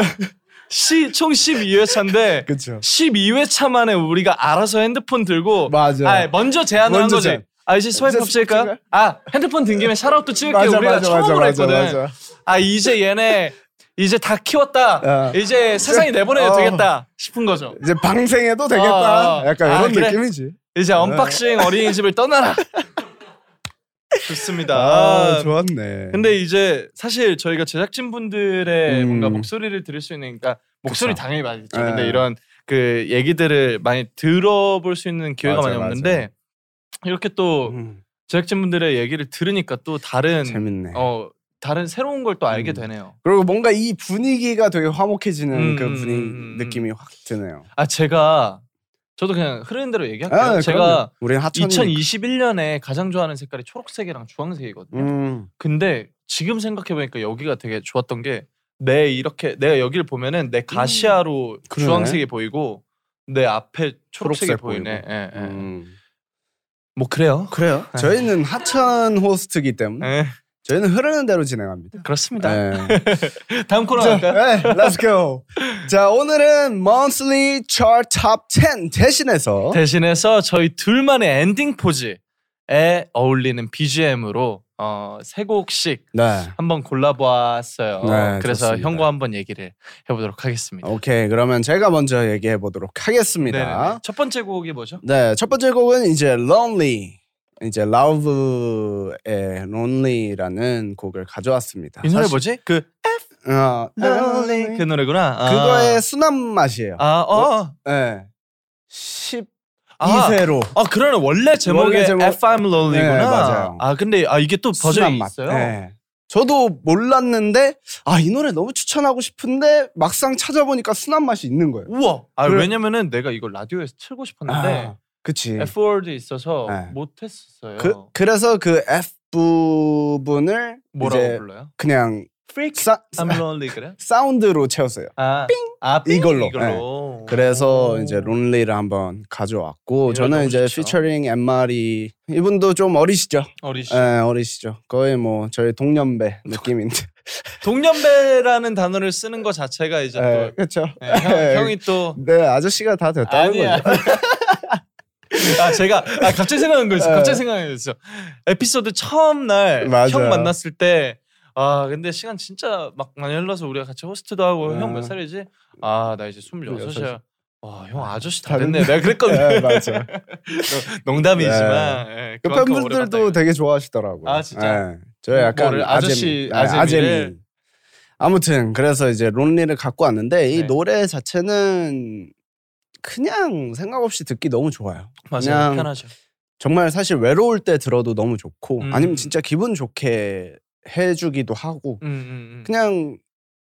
시, 총 12회차인데 그렇죠. 12회차 만에 우리가 알아서 핸드폰 들고 맞아. 아, 먼저 제안을 한 먼저 거지. 제안. 아 이제 스와이프 이제 없을까요? 스와이프 아 핸드폰 든 김에 샤라웃도 찍을게요. 맞아, 우리가 맞아, 처음으로 맞아, 했거든. 맞아, 맞아. 아 이제 얘네 이제 다 키웠다. 어. 이제 세상에 내보내도 어. 되겠다 싶은 거죠. 이제 방생해도 되겠다. 어, 어. 약간 아, 이런 그래. 느낌이지. 이제 언박싱 어린이집을 떠나라. 좋습니다. 아, 아, 좋았네. 근데 이제 사실 저희가 제작진 분들의 음. 뭔가 목소리를 들을 수 있는 그러니까 목소리 그쵸. 당연히 많이 듣죠. 예. 근데 이런 그 얘기들을 많이 들어볼 수 있는 기회가 맞아요, 많이 없는데 맞아요. 이렇게 또 음, 제작진 분들의 얘기를 들으니까 또 다른 재밌네. 어 다른 새로운 걸 또 알게 음. 되네요. 그리고 뭔가 이 분위기가 되게 화목해지는 음, 그 분위 음, 음, 느낌이 확 드네요. 아 제가 저도 그냥 흐르는 대로 얘기할게요. 아, 제가 우리 하천 2021년에 가장 좋아하는 색깔이 초록색이랑 주황색이거든요. 음, 근데 지금 생각해보니까 여기가 되게 좋았던 게 내 이렇게 내가 여기를 보면은 내 가시아로 음. 그러네. 주황색이 보이고 내 앞에 초록색이 초록색 보이네. 예, 예. 음. 뭐 그래요? 그래요. 저희는 하천 호스트기 때문에 예, 저희는 흐르는 대로 진행합니다. 그렇습니다. 네. 다음 코너 자, 할까요? 네, let's go. 자, 오늘은 monthly chart top 10 대신해서 대신해서 저희 둘만의 엔딩 포즈에 어울리는 BGM으로 어, 세 곡씩 네. 한번 골라보았어요. 네, 그래서 좋습니다. 형과 한번 얘기를 해보도록 하겠습니다. 오케이. 그러면 제가 먼저 얘기해 보도록 하겠습니다. 네네네. 첫 번째 곡이 뭐죠? 네, 첫 번째 곡은 이제 Lonely. 이제 Love의 Lonely라는 곡을 가져왔습니다. 이 노래 사실- 뭐지? 그 어, Lonely 그 노래구나. 아. 그거의 순한 맛이에요. 아, 어. 네. 12세로. 아, 아 그러네 원래 제목이 원래 제목- F I'm Lonely구나. 네, 맞아요. 아 근데 아 이게 또 버전이 있어요. 네. 저도 몰랐는데 아 이 노래 너무 추천하고 싶은데 막상 찾아보니까 순한 맛이 있는 거예요. 우와. 아 그래. 왜냐면은 내가 이걸 라디오에서 틀고 싶었는데 아, 그치. F word 있어서 네. 못 했었어요. 그 그래서 그 F 부분을 뭐라고 이제 불러요? 그냥 Freak 사, I'm Lonely 그래? 운드로 채웠어요. 아, 아 삥? 이걸로, 네. 이걸로. 그래서 오. 이제 론리를 한번 가져왔고 이 노래 너무 저는 이제 좋죠. 피처링 엠마리 이분도 좀 어리시죠? 어리시. 예, 어리시죠. 거의 뭐 저희 동년배 느낌인데. 동년배라는 단어를 쓰는 거 자체가 이제 예, 또 그렇죠. 예, 형, 형이 또 네 아저씨가 다 됐다는 아니야. 거죠. 아 제가 아 갑자기 생각난 거 있어. 갑자기 생각났어. 에피소드 처음 날 맞아요. 형 만났을 때. 아 근데 시간 진짜 막 많이 흘러서 우리가 같이 호스트도 하고 형 몇 아. 살이지? 아 나 이제 26이야. 와 형 아저씨 다 다른- 됐네. 내가 그랬거든. 예, 맞아. 농담이지만. 예, 그 그만큼 오래 팬분들도 봤다, 되게 좋아하시더라고요. 아, 진짜? 예, 저 약간 뭐를, 아저씨, 아재미. 예, 아재미를? 아재미. 아무튼 그래서 이제 론리를 갖고 왔는데 이 네. 노래 자체는 그냥 생각 없이 듣기 너무 좋아요. 이거. 맞아요. 그냥 편하죠. 정말 사실 외로울 때 들어도 너무 좋고 음. 아니면 진짜 기분 좋게 해주기도 하고 음, 음, 음. 그냥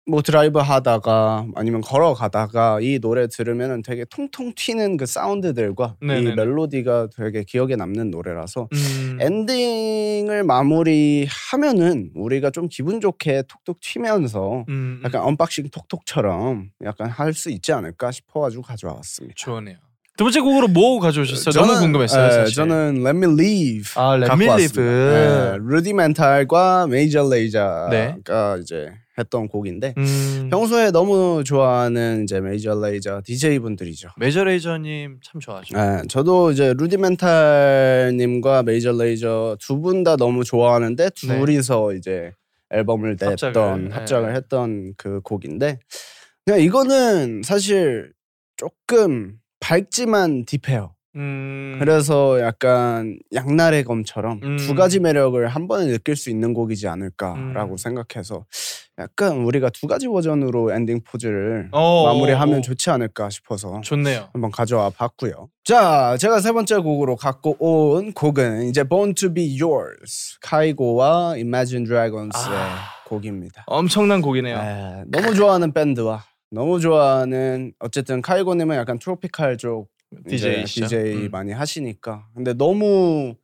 뭐 드라이브 하다가 아니면 걸어가다가 이 노래 들으면 되게 통통 튀는 그 사운드들과 네네네. 이 멜로디가 되게 기억에 남는 노래라서 음. 엔딩을 마무리하면은 우리가 좀 기분 좋게 톡톡 튀면서 음, 음. 약간 언박싱 톡톡처럼 약간 할 수 있지 않을까 싶어가지고 가져왔습니다. 좋네요. 두 번째 곡으로 뭐 가져오셨어요? 너무 저는, 궁금했어요. 예, 사실. 저는 Let Me Leave 아, Let 갖고 Me 왔습니다. Live. 예, 루디멘탈과 메이저 레이저가 네. 이제 했던 곡인데 음, 평소에 너무 좋아하는 이제 메이저 레이저 DJ 분들이죠. 메이저 레이저님 참 좋아하죠. 예, 저도 이제 루디멘탈님과 메이저 레이저 두 분 다 너무 좋아하는데 둘이서 이제 앨범을 냈던 네. 합작을, 합작을, 네. 했던 그 곡인데 그냥 이거는 사실 조금 밝지만 딥해요. 음, 그래서 약간 양날의 검처럼 음. 두 가지 매력을 한 번에 느낄 수 있는 곡이지 않을까라고 음. 생각해서 약간 우리가 두 가지 버전으로 엔딩 포즈를 어, 마무리하면 어, 어. 좋지 않을까 싶어서 좋네요. 한번 가져와 봤고요. 자, 제가 세 번째 곡으로 갖고 온 곡은 이제 Born to Be Yours 카이고와 Imagine Dragons의 아. 곡입니다. 엄청난 곡이네요. 아, 너무 좋아하는 밴드와 너무 좋아하는 어쨌든 카이고님은 약간 트로피칼 쪽 이제 DJ이시죠. DJ 음. 많이 하시니까 근데 너무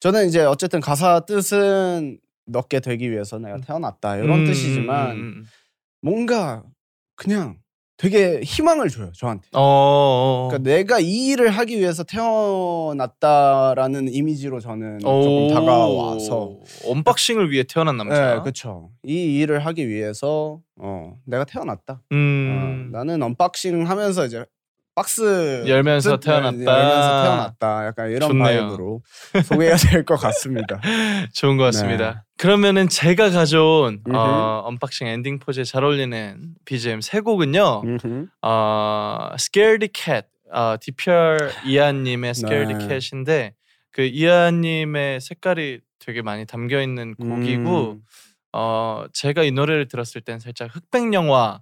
저는 이제 어쨌든 가사 뜻은 넣게 되기 위해서 내가 태어났다 이런 음, 뜻이지만 음, 음, 음. 뭔가 그냥 되게 희망을 줘요 저한테 어, 어, 어. 그러니까 내가 이 일을 하기 위해서 태어났다라는 이미지로 저는 오. 조금 다가와서 언박싱을 위해 태어난 남자. 네, 그렇죠. 이 일을 하기 위해서 어, 내가 태어났다. 음, 어, 나는 언박싱 하면서 이제 박스 열면서 뜯- 태어났다. 네, 열면서 태어났다. 약간 이런 좋네요. 바이브로 소개해야 될 것 같습니다. 네. 좋은 것 같습니다. 그러면은 제가 가져온 어, 음흠. 언박싱 엔딩 포즈에 잘 어울리는 BGM 세 곡은요. 음흠. 어, Scaredy Cat, 어, DPR 이하님의 Scaredy 네. Cat인데 그 이하님의 색깔이 되게 많이 담겨 있는 곡이고 음. 어, 제가 이 노래를 들었을 땐 살짝 흑백 영화의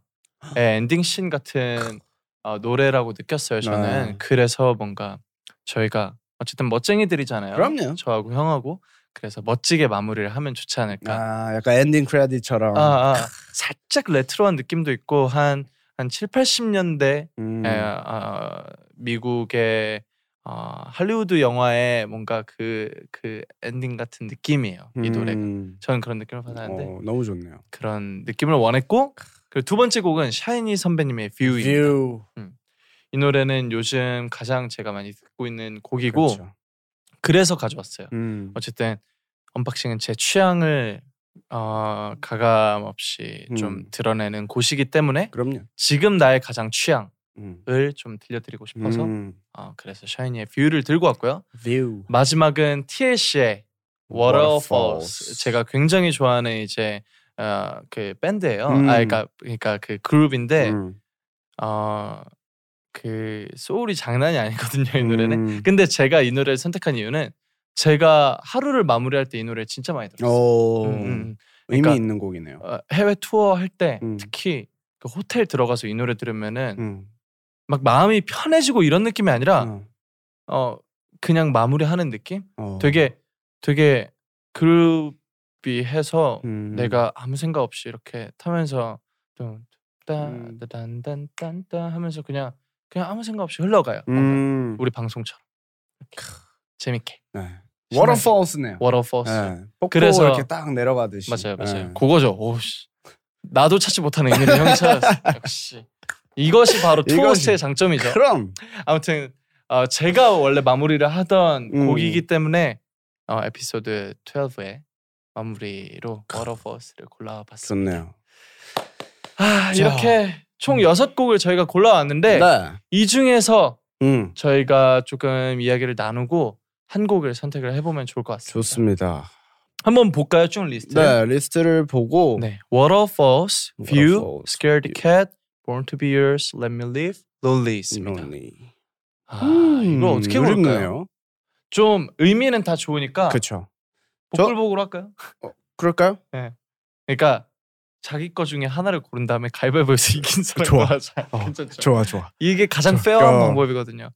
엔딩 씬 같은 어, 노래라고 느꼈어요. 저는 네. 그래서 뭔가 저희가 어쨌든 멋쟁이들이잖아요. 그럼요. 저하고 형하고 그래서 멋지게 마무리를 하면 좋지 않을까. 아, 약간 엔딩 크레딧처럼. 아, 아, 살짝 레트로한 느낌도 있고 한 한 7, 80년대 음. 에, 어, 미국의 어, 할리우드 영화의 뭔가 그, 그 엔딩 같은 느낌이에요. 이 노래가. 음. 저는 그런 느낌을 받았는데 어, 너무 좋네요. 그런 느낌을 원했고 그리고 두 번째 곡은 샤이니 선배님의 뷰입니다. 뷰. 이 노래는 요즘 가장 제가 많이 듣고 있는 곡이고 그 그렇죠. 래서 가져왔어요. 음. 어쨌든 언박싱은 제 취향을 어, 가감 없이 좀 음. 드러내는 곳이기 때문에 그럼요. 지금 나의 가장 음. 취향을 좀 들려드리고 싶어서 음. 어, 그래서 샤이니의 뷰를 들고 왔고요. 뷰. 마지막은 TLC의 Waterfalls. Waterfalls. 제가 굉장히 좋아하는 이제 어, 그 밴드예요. 음. 아, 그러니까 그러니까 그 그룹인데 음. 어, 그 소울이 장난이 아니거든요 이 노래는. 음. 근데 제가 이 노래를 선택한 이유는 제가 하루를 마무리할 때 이 노래를 진짜 많이 들었어요. 오. 음, 음. 의미 그러니까- 있는 곡이네요. 어, 해외 투어 할 때 음. 특히 그 호텔 들어가서 이 노래 들으면은 음. 막 마음이 편해지고 이런 느낌이 아니라 어. 어 그냥 마무리하는 느낌? 어. 되게 되게 그룹이 해서 음. 내가 아무 생각 없이 이렇게 타면서 음. 좀딴딴딴딴 하면서 그냥 그냥 아무 생각 없이 흘러가요. 뭔가 음. 우리 방송처럼 이렇게 재밌게 네. 워터폴스네요. 워터폴스 네. 폭포 그래서- 이렇게 딱 내려가듯이. 맞아요 맞아요 네. 그거죠. 오씨 나도 찾지 못하는 의미를 형이 찾았어. 역시 이것이 바로 이것이- 투어스의 장점이죠. 그럼 아무튼 어, 제가 원래 마무리를 하던 음. 곡이기 때문에 어, 에피소드 12의 마무리로 워터버스를 골라봤습니다. 좋네요. 자. 음. 아, 네. 이렇게 총 6곡을 저희가 골라왔는데 이 중에서 음. 저희가 조금 이야기를 나누고 한 곡을 선택을 해보면 좋을 것 같습니다. 좋습니다. 한번 볼까요? 쭉 리스트. 네, 리스트를 보고 네. Waterfalls, View, Waterfalls, Scared View. Cat, Born to Be Yours, Let Me Live, Lonely입니다. 론리. 아, 이걸 어떻게 음, 고를까요? 어렵네요. 좀 의미는 다 좋으니까 그렇죠. 저- 보글보글 할까요? 그럴까요? 그러니까 자기 거 중에 하나를 고른 다음에 가위바위보에서 이긴 사람 좋아. 골라서 어, 괜찮죠. 좋아, 좋아. 이게 가장 좋아. 페어한 어. 방법이거든요.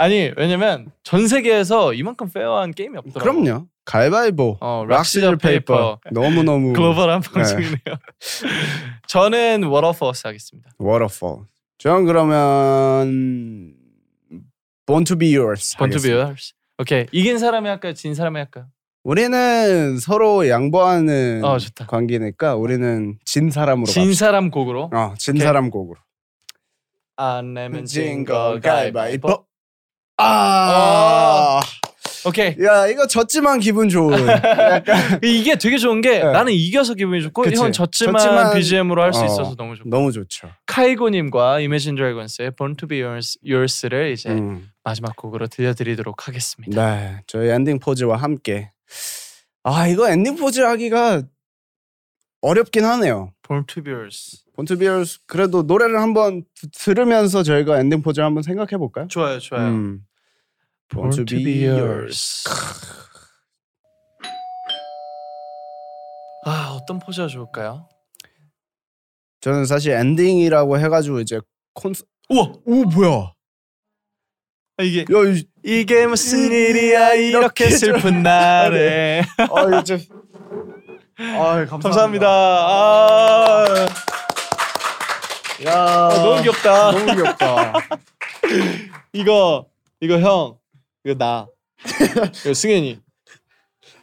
아니 왜냐면 전 세계에서 이만큼 페어한 게임이 없더라고요. 그럼요. 가위바위보. 어, 락 락시더 페이퍼. 너무 너무 글로벌한 방송이네요. 저는 워터포스 하겠습니다. waterfall. 저는 그러면 born to be yours. 하겠습니다. 본투비어스. 오케이 이긴 사람이 할까요? 진 사람이 할까요? 우리는 서로 양보하는 어, 좋다. 관계니까 우리는 진 사람으로 진 갑시다. 사람 곡으로 어, 진 오케이. 사람 곡으로. 안 내면 진거 가위바위보. 아. 오케이 야, 이거 졌지만 기분 좋은. 약간 이게 되게 좋은 게 네. 나는 이겨서 기분이 좋고 그치. 형은 졌지만, 졌지만- BGM으로 할 수 어. 있어서 너무 좋고 너무 좋죠. 카이고님과 Imagine Dragons의 Born to Be Yours, Yours를 이제 음. 마지막 곡으로 들려드리도록 하겠습니다. 네, 저희 엔딩 포즈와 함께 아 이거 엔딩 포즈 하기가 어렵긴 하네요. Born to Be Yours 본투비얼스 그래도 노래를 한번 드- 들으면서 저희가 엔딩 포즈를 한번 생각해 볼까요? 좋아요 좋아요. 음. Born to Be Yours 아 어떤 포즈가 좋을까요? 저는 사실 엔딩이라고 해가지고 이제 콘서 우와 오 뭐야? 아, 이게 야, 이- 이게 무슨 일이야 음, 이렇게 이렇게 슬픈 좀- 날에 아 이제 아 감사합니다. 감사합니다. 아, 야 너무 귀엽다. 너무 귀엽다. 이거 이거 형 이거 나 이거 승현이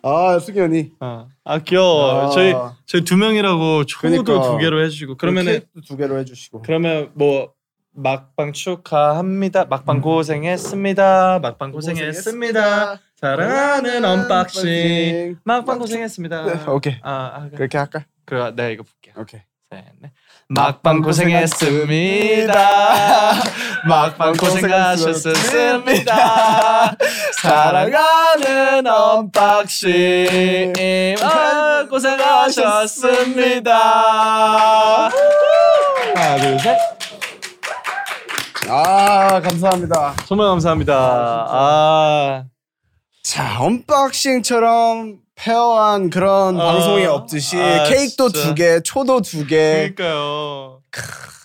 아 승현이 아, 아 귀여워 아. 저희 저희 두 명이라고 초도 그러니까. 두 개로 해주고 그러면은 이렇게 두 개로 해주시고 그러면 뭐 막방 축하합니다 막방 고생했습니다 막방 고생했습니다 사랑하는 언박싱 막방 고생했습니다 네, 오케이. 아, 아 그래 그렇게 할까? 그래 내가 이거 볼게 오케이. 네, 막방 고생했습니다. 막방 고생하셨습니다. 사랑하는 언박싱 아, 고생하셨습니다. 하나 둘 셋. 아 감사합니다. 정말 감사합니다. 아, 자 언박싱처럼 페어한 그런 아, 방송이 없듯이 아, 케이크도 진짜. 두 개, 초도 두 개, 그러니까요.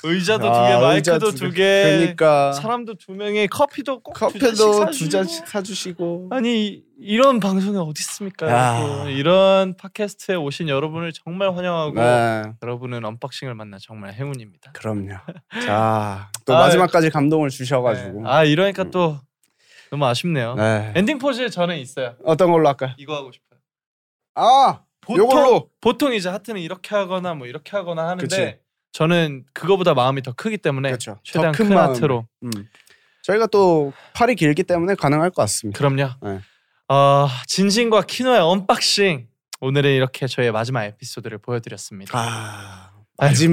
의자도 두 개, 아, 의자 마이크도 두 개, 그러니까 사람도 두 명에 커피도 꼭 커피도 두 두 잔씩 사주시고. 아니 이- 이런 방송이 어디 있습니까? 야. 여러분? 이런 팟캐스트에 오신 여러분을 정말 환영하고 네, 여러분은 언박싱을 만나 정말 행운입니다. 그럼요. 자, 또 아, 마지막까지 감동을 주셔가지고. 네. 네. 아 이러니까 또 너무 아쉽네요. 엔딩 포즈 저는 있어요. 어떤 걸로 할까요? 이거 하고 싶어요. 아, 보통 요걸로. 보통 이제 하트는 이렇게 하거나 뭐 이렇게 하거나 하는데 그치. 저는 그거보다 마음이 더 크기 때문에 그쵸. 더 최대한 큰 큰 마음으로. 하트로 음. 저희가 또 팔이 길기 때문에 가능할 것 같습니다. 그럼요. 네. 어, 진진과 키노의 언박싱 오늘은 이렇게 저희의 마지막 에피소드를 보여드렸습니다. 아,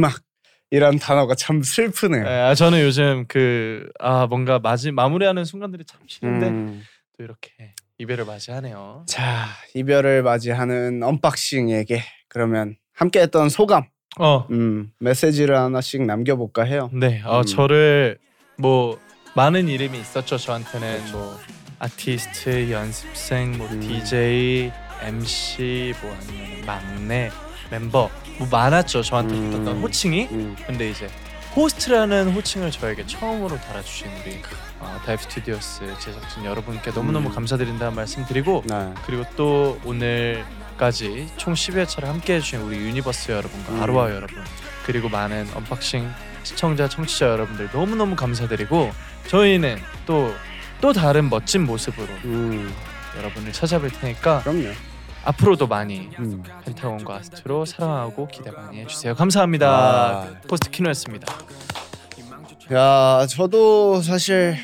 마지막이란 단어가 참 슬프네요. 예, 아, 저는 요즘 그 아 뭔가 마지 마무리하는 순간들이 참 싫은데 음. 또 이렇게 이별을 맞이하네요. 자, 이별을 맞이하는 언박싱에게 그러면 함께했던 소감, 어, 음, 메시지를 하나씩 남겨볼까 해요. 네, 어, 음. 저를 뭐 많은 이름이 있었죠. 저한테는 뭐 아티스트, 연습생, 뭐 음. DJ, MC, 뭐 아니면 막내 멤버 뭐 많았죠. 저한테 음. 붙었던 호칭이. 음, 근데 이제 호스트라는 호칭을 저에게 처음으로 달아주신 우리 어, 다이브 스튜디오스 제작진 여러분께 너무너무 음. 감사드린다는 말씀드리고 네. 그리고 또 오늘까지 총 10회차를 함께 해주신 우리 유니버스 여러분과 음. 아로하 여러분 그리고 많은 언박싱 시청자 청취자 여러분들 너무너무 감사드리고 저희는 또 또 다른 멋진 모습으로 음, 여러분을 찾아뵐 테니까 그럼요. 앞으로도 많이 음. 펜타곤과 아스트로 사랑하고 기대 많이 해주세요 감사합니다 아. 포스트 키노였습니다 야, 저도 사실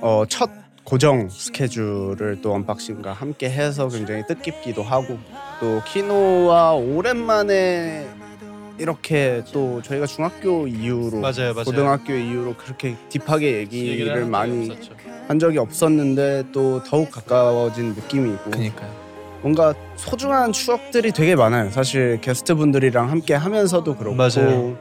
어, 첫 고정 스케줄을 또 언박싱과 함께 해서 굉장히 뜻깊기도 하고 또 키노와 오랜만에 이렇게 또 저희가 중학교 이후로 맞아요, 맞아요. 고등학교 이후로 그렇게 딥하게 네, 얘기를 많이 없었죠. 한 적이 없었는데 또 더욱 가까워진 느낌이고 그니까요 뭔가 소중한 추억들이 되게 많아요. 사실 게스트 분들이랑 함께 하면서도 그렇고 맞아요.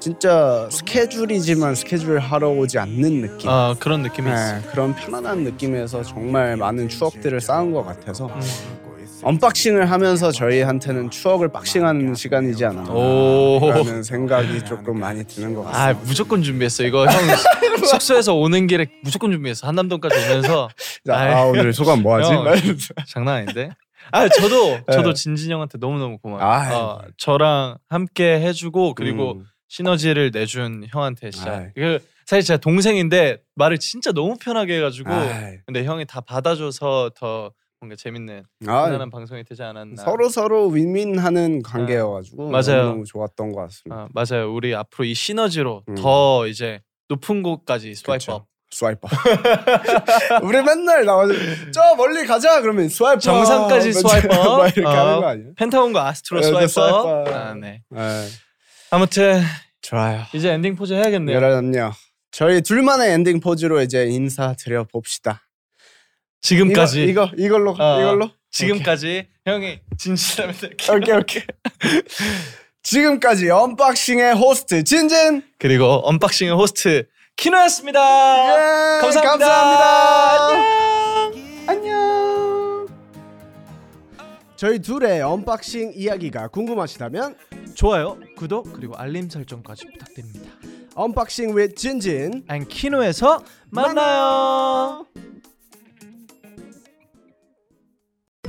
진짜 스케줄이지만 스케줄 하러 오지 않는 느낌. 아 그런 느낌이 네, 있어요 그런 편안한 느낌에서 정말 많은 추억들을 쌓은 것 같아서 음. 언박싱을 하면서 저희한테는 추억을 박싱하는 시간이지 오 않았나라는 생각이 조금 많이 드는 것 같습니다. 아 무조건 준비했어 이거 형 숙소에서 오는 길에 무조건 준비했어 한남동까지 오면서 자, 아, 오늘 소감 아, 뭐하지? 형. 장난 아닌데 아 저도 네. 저도 진진 형한테 너무 너무 고마워요. 아유. 예. 어, 저랑 함께 해주고 그리고 음. 시너지를 내준 형한테 진짜 아유. 그 사실 제가 동생인데 말을 진짜 너무 편하게 해가지고 아이. 근데 형이 다 받아줘서 더 뭔가 재밌는 아이. 편안한 방송이 되지 않았나. 아, 서로 서로 윈윈하는 관계여가지고 맞아요. 너무 좋았던 것 같습니다. 아, 맞아요. 우리 앞으로 이 시너지로 음. 더 이제 높은 곳까지 스와이프업. 그렇죠. 스와이퍼. 우리 맨날 나와서 저 멀리 가자 그러면 스와이퍼. 정상까지 스와이퍼. 막 이렇게 어. 하는 거 아니에요? 펜타곤과 아스트로 네, 네, 스와이프업. 스와이프업. 아, 네. 네. 아무튼 좋아요. 이제 엔딩 포즈 해야겠네요. 여러분요. 저희 둘만의 엔딩 포즈로 이제 인사드려 봅시다. 지금까지 이거, 이거 이걸로 어, 이걸로 지금까지 형이 진실하면 될게요. 오케이 오케이. 지금까지 언박싱의 호스트 진진 그리고 언박싱의 호스트 키노였습니다. 예, 감사합니다. 감사합니다. 안녕. 저희 둘의 언박싱 이야기가 궁금하시다면 좋아요, 구독 그리고 알림 설정까지 부탁드립니다. 언박싱 with 진진 안 키노에서 만나요.